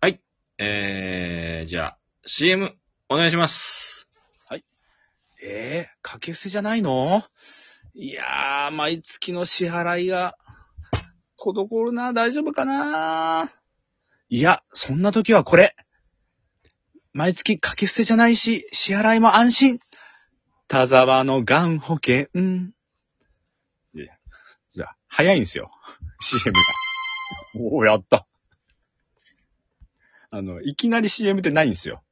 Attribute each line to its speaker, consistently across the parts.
Speaker 1: はい。えー、じゃあ、CM、お願いします。
Speaker 2: ええ掛け捨てじゃないのいやー、毎月の支払いが、滞るな、大丈夫かないや、そんな時はこれ。毎月掛け捨てじゃないし、支払いも安心。田沢のがん保険。いやじゃあ、早いんですよ。CM が。おお、やった。あの、いきなり CM ってないんですよ。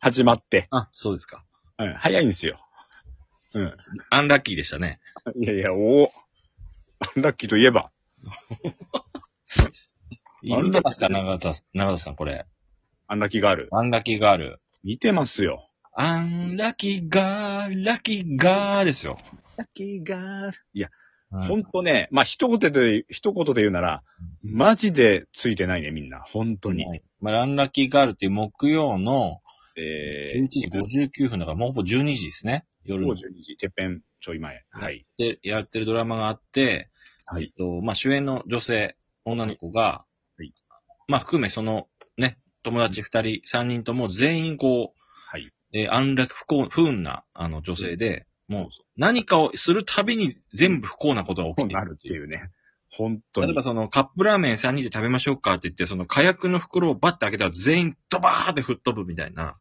Speaker 2: 始まって。
Speaker 1: あ、そうですか。
Speaker 2: うん、早いんですよ。うん。
Speaker 1: アンラッキーでしたね。
Speaker 2: いやいや、おお。アンラッキーといえば。アンラッキー
Speaker 1: 見てました、長田さん、長田さん、これ。
Speaker 2: アンラッキーガール。
Speaker 1: アンラッキーガール。
Speaker 2: 見てますよ。
Speaker 1: アンラッキーガー、ラッキーガーですよ。
Speaker 2: ラッキーガール。いや、
Speaker 1: うん
Speaker 2: ほんとね、まあ、一言で、一言で言うなら、マジでついてないね、みんな。本当に。
Speaker 1: まあ、アンラッキーガールっていう木曜の
Speaker 2: え
Speaker 1: 11時59分だから、もうほぼ12時ですね。夜の
Speaker 2: 52時、てっぺんちょい前。はい。
Speaker 1: でやってるドラマがあって、
Speaker 2: はい
Speaker 1: えっと、まあ、主演の女性、女の子が、
Speaker 2: はい
Speaker 1: まあ、含めその、ね、友達二人、三人とも全員こう、
Speaker 2: はい。
Speaker 1: えー安楽不幸、不運な、あの、女性で、もう
Speaker 2: うそ
Speaker 1: 何かをするたびに全部不幸なことが起
Speaker 2: こ
Speaker 1: き
Speaker 2: う
Speaker 1: て
Speaker 2: な
Speaker 1: く
Speaker 2: る
Speaker 1: る
Speaker 2: っ
Speaker 1: ってて
Speaker 2: い
Speaker 1: いう。
Speaker 2: うね。本当
Speaker 1: 例え
Speaker 2: に
Speaker 1: ば。そのカップラーメン3人で食べましょうかって言って、その火薬の袋をバッて開けたら全員ドバーって吹っ飛ぶみたいな。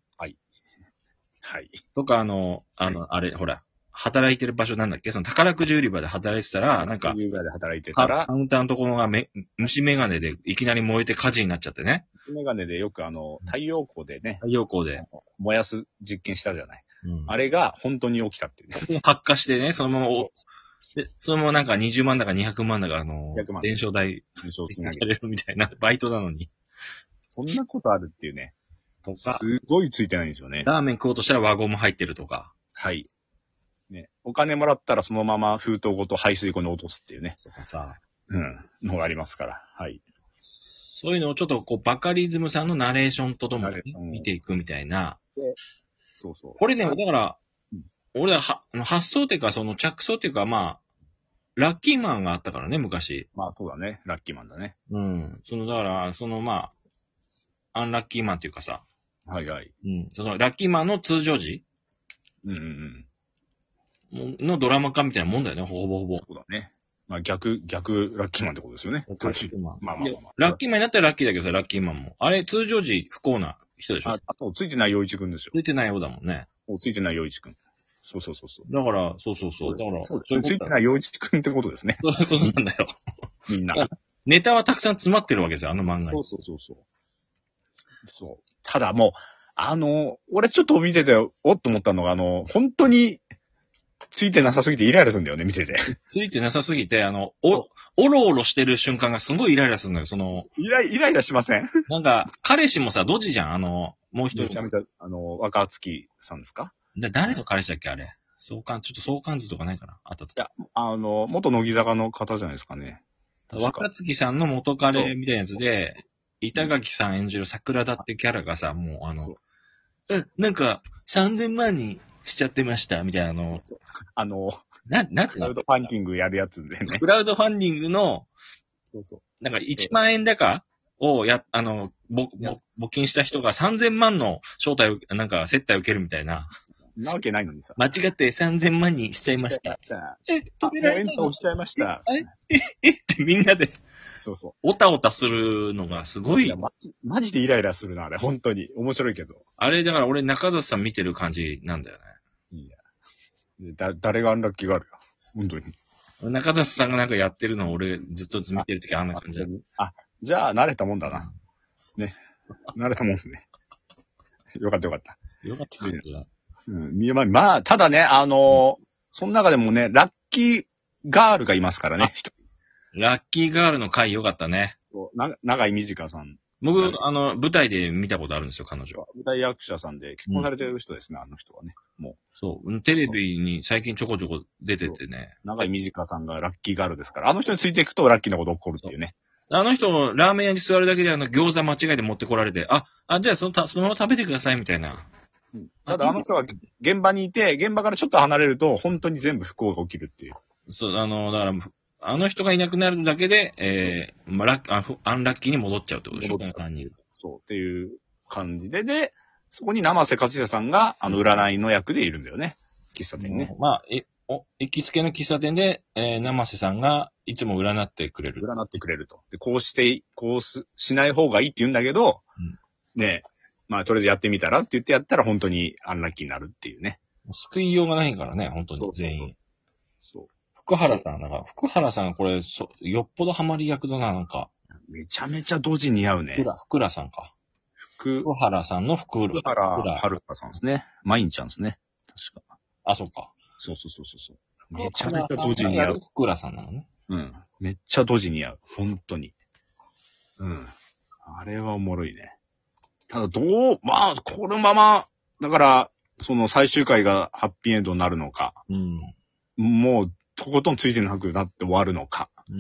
Speaker 2: はい。
Speaker 1: とか、あの、あの、あれ、ほら、働いてる場所なんだっけその宝くじ売り場で働いてたら、なんか、
Speaker 2: 夕方で働いてた
Speaker 1: カ
Speaker 2: ら
Speaker 1: カ、ウンターのところがめ虫眼鏡でいきなり燃えて火事になっちゃってね。
Speaker 2: メガネでよくあの、太陽光でね、
Speaker 1: 太陽光で。
Speaker 2: 燃やす実験したじゃない。あ
Speaker 1: れ
Speaker 2: れが本当に起き たっていうね。
Speaker 1: 発火してね、そのままお、でそのままなんか20万だか200万だか、あの
Speaker 2: 200万、
Speaker 1: 伝承代
Speaker 2: 印象つなげて
Speaker 1: されるみたいな、バイトなのに。
Speaker 2: そんなことあるっていうね。
Speaker 1: と
Speaker 2: す
Speaker 1: か、
Speaker 2: ごいついてないんですよね。
Speaker 1: ラーメン食おうとしたら輪ゴム入ってるとか。
Speaker 2: はい。ね。お金もらったらそのまま封筒ごと排水溝に落とすっていうね。
Speaker 1: とかさ、
Speaker 2: うん。のがありますから。はい。
Speaker 1: そういうのをちょっとこう、バカリズムさんのナレーションととも
Speaker 2: ナレーション
Speaker 1: に見ていくみたいな。
Speaker 2: そうそう。
Speaker 1: これね、だから
Speaker 2: うん、
Speaker 1: 俺らは、あの発想っていうか、その着想っていうか、まあ、ラッキーマンがあったからね、昔。
Speaker 2: まあそうだね。ラッキーマンだね。
Speaker 1: うん。その、だから、そのまあ、アンラッキーマンっていうかさ、
Speaker 2: はいはい。
Speaker 1: うん。その、ラッキーマンの通常時
Speaker 2: うんうんうん。
Speaker 1: のドラマ化みたいなもんだよね、ほぼほぼ。
Speaker 2: そうだね。まあ逆、逆ラッキーマンってことですよね。
Speaker 1: ラッキーマン。
Speaker 2: まあまあまあまあ
Speaker 1: ラッキーマンになったらラッキーだけどさ、ラッキーマンも。あれ、通常時不幸な人でしょ
Speaker 2: ああと、ついてない陽一くんですよ。
Speaker 1: ついてないようだもんね。
Speaker 2: もうついてない陽一くん。そうそうそうそう。
Speaker 1: だから、そうそうそう。だから、
Speaker 2: そう
Speaker 1: そういう
Speaker 2: つい
Speaker 1: こ
Speaker 2: て
Speaker 1: と
Speaker 2: な
Speaker 1: だ
Speaker 2: い陽一くんってことですね。
Speaker 1: そういうことなんだよ。
Speaker 2: みんな。
Speaker 1: ネタはたくさん詰まってるわけですよ、あの漫画に。
Speaker 2: そうそうそうそう。そう。ただもう、あの、俺ちょっと見てて、おっと思ったのが、あの、本当に、ついてなさすぎてイライラするんだよね、見てて。
Speaker 1: ついてなさすぎて、あの、
Speaker 2: そう
Speaker 1: お、おろおろしてる瞬間がすごいイライラするのよ。その、
Speaker 2: イライイライラしません
Speaker 1: なんか、彼氏もさ、ドジじゃん、あの、もう一
Speaker 2: めちゃ
Speaker 1: 人
Speaker 2: め。ちゃ、あの、若月さんですか
Speaker 1: だ誰の彼氏だっけ、あれ。相関、ちょっと相関図とかないかなあったと
Speaker 2: い。やあの、元乃木坂の方じゃないですかね。確か
Speaker 1: 若月さんの元彼みたいなやつで、板垣さん演じる桜田ってキャラがさ、もうあの
Speaker 2: そう、
Speaker 1: うん、なんか、3000万にしちゃってました、みたいなあの、
Speaker 2: あの、
Speaker 1: な、なんつ
Speaker 2: ク
Speaker 1: う
Speaker 2: ラ
Speaker 1: の
Speaker 2: ウドファンディングやるやつでね。
Speaker 1: クラウドファンディングの、
Speaker 2: そうそう。
Speaker 1: なんか1万円高をや、あの、ぼ、ぼ、募金した人が3000万の招待を、なんか接待を受けるみたいな。
Speaker 2: なわけないのにさ。
Speaker 1: 間違って3000万にしちゃいました。
Speaker 2: さ
Speaker 1: え、
Speaker 2: あ、
Speaker 1: 止
Speaker 2: も
Speaker 1: め
Speaker 2: う
Speaker 1: られ
Speaker 2: エン
Speaker 1: た
Speaker 2: ト
Speaker 1: の
Speaker 2: しちゃいました。
Speaker 1: えってみんなで、
Speaker 2: そうそう。
Speaker 1: おたおたするのがすご
Speaker 2: い
Speaker 1: い
Speaker 2: や、。マジ、マジでイライラするな、あれ。本当に。面白いけど。
Speaker 1: あれ、だから俺中里さん見てる感じなんだよ
Speaker 2: だ、誰がアンラッキーがあるよ。本当に。
Speaker 1: ね。中里さんがなんかやってるのを俺ずっと見てるときあんな感じだった。
Speaker 2: あ、じゃあ、慣れたもんだな。ね。慣れたもんですね。よかったよかった。
Speaker 1: よかったですよ
Speaker 2: うん、見る前にまあ、ただね、あのーその中でもね、ラッキーガールがいますからね。人
Speaker 1: ラッキーガールの回よかったね。
Speaker 2: な長井美智香さん。
Speaker 1: 僕
Speaker 2: はい、
Speaker 1: あの、舞台で見たことあるんですよ、彼女。
Speaker 2: 舞台役者さんで結婚されてる人ですね、あの人はね。
Speaker 1: そう。テレビに最近ちょこちょこ出ててね。
Speaker 2: 長井美智香さんがラッキーガールですから。あの人についていくとラッキーなこと起こるっていうね。
Speaker 1: あの人、ラーメン屋に座るだけであの餃子間違えて持ってこられて、あ、あ、じゃあそのたそのまま食べてくださいみたいな。
Speaker 2: うんただあの人は現場にいて、現場からちょっと離れると、本当に全部不幸が起きるっていう。
Speaker 1: そう、あの、だから、あの人がいなくなるだけで、えー、まあ、ラッあふアンラッキーに戻っちゃうってことでしょ、こ
Speaker 2: 戻っ
Speaker 1: の
Speaker 2: ちゃう
Speaker 1: 3人。
Speaker 2: そう、っていう感じで、で、そこに生瀬勝久さんが、あの、占いの役でいるんだよね。喫茶店ね。
Speaker 1: まあ、え、お、行きつけの喫茶店で、えー、生瀬さんがいつも占ってくれる。
Speaker 2: 占ってくれると。で、こうしてい、こうす、しない方がいいって言うんだけど、ねえ、まあ、とりあえずやってみたらって言ってやったら本当にアンラッキーになるっていうね。
Speaker 1: 救いようがないからね、本当
Speaker 2: そう
Speaker 1: に
Speaker 2: そうそう
Speaker 1: 全員。
Speaker 2: そ
Speaker 1: 福原さん、なんか、福原さんこれ、そよっぽどハマり役だな、なんか。
Speaker 2: う。めちゃめちゃドジ似合うね
Speaker 1: 福。ら、福らさんか。
Speaker 2: 福
Speaker 1: 福原さんの福浦。
Speaker 2: 福原春香さんですね。マインちゃんですね。確か。
Speaker 1: あ、そうか。
Speaker 2: そうそうそうそうそう。めちゃめちゃドジ
Speaker 1: に
Speaker 2: 似合う。
Speaker 1: 福らさんなのね。
Speaker 2: うん。めっちゃドジ似合う。本当に。うん。あれはおもろいね。ただ、どう、まあ、このまま、だから、その最終回がハッピーエンドになるのか、
Speaker 1: うん。
Speaker 2: もう、とことんついてなくなって終わるのか、
Speaker 1: うん。
Speaker 2: っ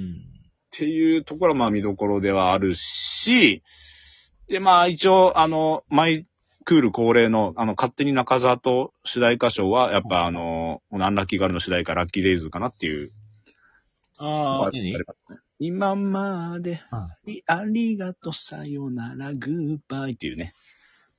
Speaker 2: ていうところは、まあ、見どころではあるし、で、まあ、一応、あの、マイクール恒例の、あの、勝手に中沢と主題歌賞は、やっぱ、あの、このアンラッキーガールの主題歌、ラッキーデイズかなっていう
Speaker 1: ああ、何
Speaker 2: 今まで
Speaker 1: は、
Speaker 2: ありがとう、さよなら、グーバイっていうね。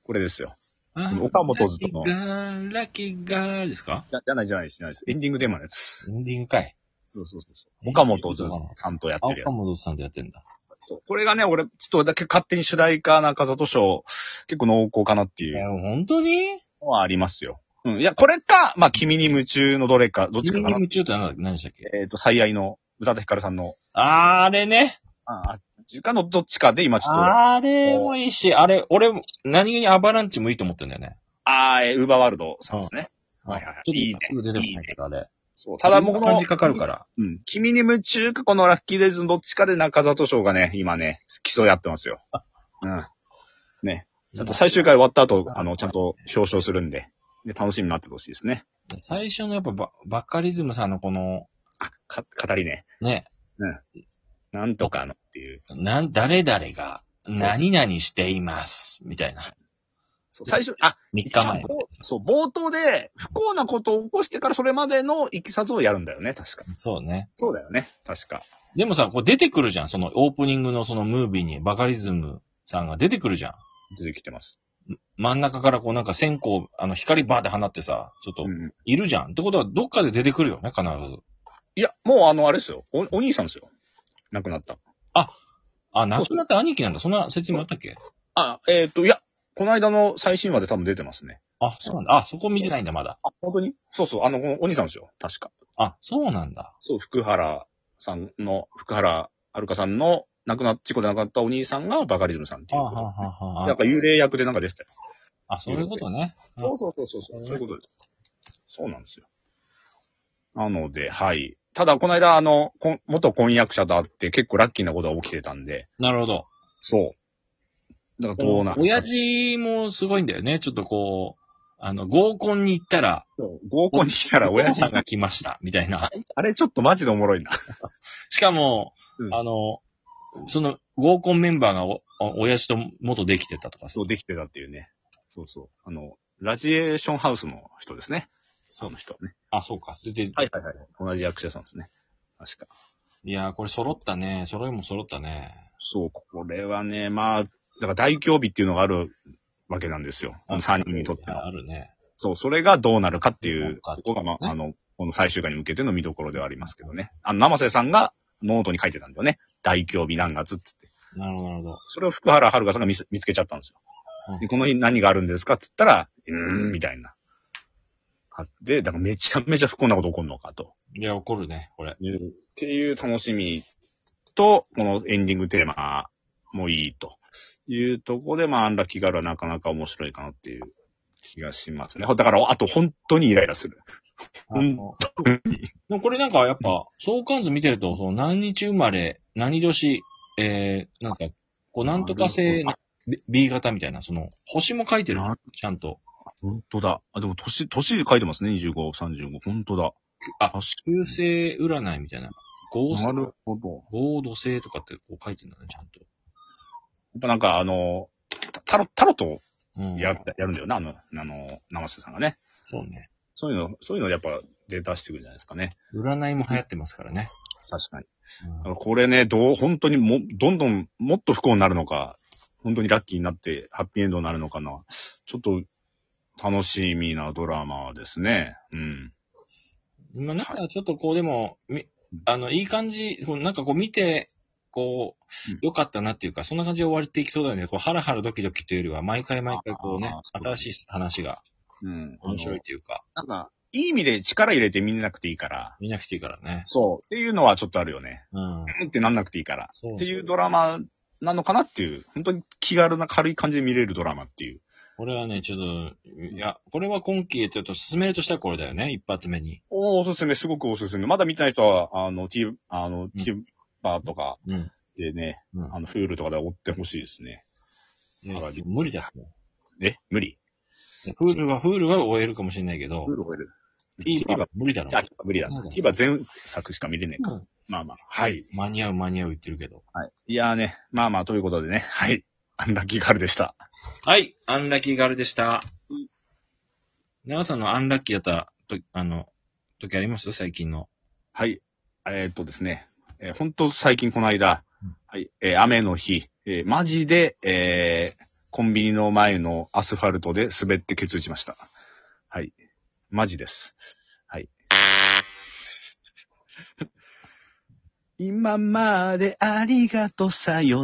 Speaker 2: これですよ。
Speaker 1: あ
Speaker 2: の岡本図と
Speaker 1: ラッ
Speaker 2: の
Speaker 1: キーガー、ラッキーガーですか
Speaker 2: じゃじゃないじゃないです。じゃないです。エンディングテーマのやつ。
Speaker 1: エンディングかい。
Speaker 2: そうそうそうそう。岡本ずさんとやっ
Speaker 1: あ、
Speaker 2: てるや
Speaker 1: 岡
Speaker 2: つ。
Speaker 1: 本さんでやってんだ。
Speaker 2: そう。これがね、俺、ちょっとだけ勝手に主題歌中里賞、結構濃厚かなってい
Speaker 1: え
Speaker 2: う
Speaker 1: ー、本当に
Speaker 2: のはありますよ。うん。いや、これか、まあ、君に夢中のどれか、どっちか
Speaker 1: 君
Speaker 2: か
Speaker 1: に
Speaker 2: な。
Speaker 1: 夢中って何だ何でしたっけ
Speaker 2: えっ、と、最愛の、宇多田ヒカルさんの、
Speaker 1: あーあれね。
Speaker 2: ああ、時間のどっちかで今ちょっと、あ
Speaker 1: あれもいいし、あれ、俺、何気にアバランチもいいと思ってんだよね。
Speaker 2: あー、えーウーバーワールドさんですね。はいはいはい
Speaker 1: ちょっと
Speaker 2: いいね
Speaker 1: 今すぐ出てこないけど、あれ。
Speaker 2: そう。ただもうこの、
Speaker 1: 感じかかるから。
Speaker 2: うん。君に夢中か、このラッキーデイズのどっちかで中里賞がね、今ね、競い合ってますよ。うん。ね。ちゃんと最終回終わった後、あの、ちゃんと表彰するんで、で楽しみになっててほしいですね。
Speaker 1: 最初のやっぱババカリズムさんのこの、
Speaker 2: あ、か、語りね。
Speaker 1: ね、
Speaker 2: なんとかのっていう。
Speaker 1: なん、誰々が、
Speaker 2: そうそう
Speaker 1: 何々しています、みたいな。
Speaker 2: そう、最初、あ、
Speaker 1: 3日前
Speaker 2: 一。応そう、冒頭で不幸なことを起こしてからそれまでのいきさつをやるんだよね、確か。
Speaker 1: そうね。
Speaker 2: そうだよね、確か。
Speaker 1: でもさ、こう出てくるじゃん。そのオープニングのそのムービーにバカリズムさんが出てくるじゃん。
Speaker 2: 出てきてます。
Speaker 1: 真ん中からこうなんか線香、あの光バーって放ってさ、ちょっと
Speaker 2: うんうん。
Speaker 1: いるじゃん。ってことはどっかで出てくるよね、必ず。
Speaker 2: いや、もうあの、あれですよ。お、お兄さんですよ。亡くなった。
Speaker 1: あ、亡くなった兄貴なんだ。そんな説明あったっけ
Speaker 2: あ、えっ、と、いや、この間の最新話で多分出てますね。
Speaker 1: あ、そうなんだ。あ、そこ見てないんだ、まだ。
Speaker 2: あ、本当にそうそう、あの、このお兄さんですよ。確か。
Speaker 1: あ、そうなんだ。
Speaker 2: そう、福原さんの、福原遥香さんの亡くなっ、事故で亡くなったお兄さんがバカリズムさんって
Speaker 1: あ
Speaker 2: いう
Speaker 1: は
Speaker 2: ことで。
Speaker 1: ははは
Speaker 2: なん
Speaker 1: あ
Speaker 2: か幽霊役でなんか出てたよ。
Speaker 1: あ、そういうことね。うん
Speaker 2: そうそうそうそう、そういうことです。そうなんですよ。なので、はい。ただ、この間、あの、こん元婚約者と会って結構ラッキーなことが起きてたんで、
Speaker 1: なるほど。
Speaker 2: そう。だからどうなる
Speaker 1: 親父もすごいんだよね。ちょっとこう、あの、合コンに行ったら、
Speaker 2: そう合コンに来たら親父
Speaker 1: さんが来ました、みたい な。
Speaker 2: あれちょっとマジでおもろいな。
Speaker 1: しかも、
Speaker 2: うん
Speaker 1: あの、その合コンメンバーがお、お親父と元できてたとかさ
Speaker 2: そう、できてたっていうね。そうそう。あの、ラジエーションハウスの人ですね。その人ね。
Speaker 1: あ、そうか。それで、
Speaker 2: はいはいはい。同じ役者さんですね。確か。
Speaker 1: いやー、これ揃ったね。揃いも揃ったね。
Speaker 2: そう、これはね、まあ、だから大競技っていうのがあるわけなんですよ。この3人にとっては。
Speaker 1: あるね。
Speaker 2: そう、それがどうなるかってい
Speaker 1: どう
Speaker 2: う、
Speaker 1: か
Speaker 2: こ
Speaker 1: っていうね
Speaker 2: こが、まあ、あの、この最終回に向けての見どころではありますけどね。あの、生瀬さんがノートに書いてたんだよね。大競技何月って言って。
Speaker 1: なるほど、なるほど。
Speaker 2: それを福原遥さんが見せ見つけちゃったんです
Speaker 1: う
Speaker 2: よ
Speaker 1: ん。
Speaker 2: で、この日何があるんですかって言ったら、うーん、みたいな。あで、だからめちゃめちゃ不幸なこと起こるのかと。
Speaker 1: いや、怒るね、これ。
Speaker 2: っていう楽しみと、このエンディングテーマもいいというところで、まあ、アンラッキーガールはなかなか面白いかなっていう気がしますね。だから、あと本当にイライラする。
Speaker 1: あ のでもこれなんかやっぱ、相関図見てると、その何日生まれ、何年、えー、なんか、こう、なんとか性
Speaker 2: な
Speaker 1: な B- B 型みたいな、その、星も書いてる
Speaker 2: な、
Speaker 1: ちゃんと。
Speaker 2: 本当だ。あ、でも年、年書いてますね。25、35。本当だ。
Speaker 1: あ、
Speaker 2: 確
Speaker 1: 中性占いみたいな。合
Speaker 2: な
Speaker 1: 星、
Speaker 2: るほど。
Speaker 1: 合土星とかってこう書いてるんだね、ちゃんと。
Speaker 2: やっぱなんか、あの、タロ、タロットを
Speaker 1: うん。
Speaker 2: やる、やるんだよな、あの、あの、生瀬さんがね。
Speaker 1: そうね。
Speaker 2: そういうの、そういうのやっぱデータしてくるんじゃないですかね。
Speaker 1: 占いも流行ってますからね。
Speaker 2: 確かに。だ
Speaker 1: う
Speaker 2: か
Speaker 1: ん
Speaker 2: らこれね、どう、本当にも、どんどんもっと不幸になるのか、本当にラッキーになってハッピーエンドになるのかな。ちょっと、楽しみなドラマですね。うん。
Speaker 1: 今なんかちょっとこうでも、みあの、いい感じ、こうなんかこう見て、こ
Speaker 2: うん
Speaker 1: う、良かったなっていうか、そんな感じで終わっていきそうだよね。こう、ハラハラドキドキというよりは、毎回毎回こうね
Speaker 2: あー、そうだね
Speaker 1: 新しい話が
Speaker 2: うん。
Speaker 1: 面白いというか、
Speaker 2: あの。なんか、いい意味で力入れて見なくていいから。
Speaker 1: 見なくていいからね。
Speaker 2: そう。っていうのはちょっとあるよね。
Speaker 1: うん。
Speaker 2: うんってなんなくていいから。
Speaker 1: そう
Speaker 2: っていうドラマなのかなっていう、本当に気軽な軽い感じで見れるドラマっていう。
Speaker 1: これはね、ちょっと、いや、これは今期、ちょっと進めるとしたらこれだよね、一発目に。
Speaker 2: おおすすめ、すごくおすすめ。まだ見てない人は、あの、T、あの、TVer とか
Speaker 1: うん。
Speaker 2: でね、
Speaker 1: うん
Speaker 2: あの、Hulu とかで追ってほしいですね。
Speaker 1: いや無理だって。
Speaker 2: え無理
Speaker 1: フールは、フールは終えるかもしれないけど、
Speaker 2: ?Hulu 超える。
Speaker 1: TVer は無理だろ
Speaker 2: あ、。TVer 無理だな。
Speaker 1: そうだ
Speaker 2: TVer 全作しか見れねえか。まあまあ。はい。
Speaker 1: 間に合う間に合う言ってるけど。
Speaker 2: はい。いやーね、まあまあ、ということでね、はい。アンラッキーガールでした。
Speaker 1: はい、アンラッキーガールでした。長さんのアンラッキーだったと、あの、時あります最近の。
Speaker 2: はい。えーっとですね、えー、本当最近この間、
Speaker 1: うん
Speaker 2: はい、えー雨の日、えーマジで、えーコンビニの前のアスファルトで滑ってケツ打ちました。はい。マジです。 はい。今までありがとさよなら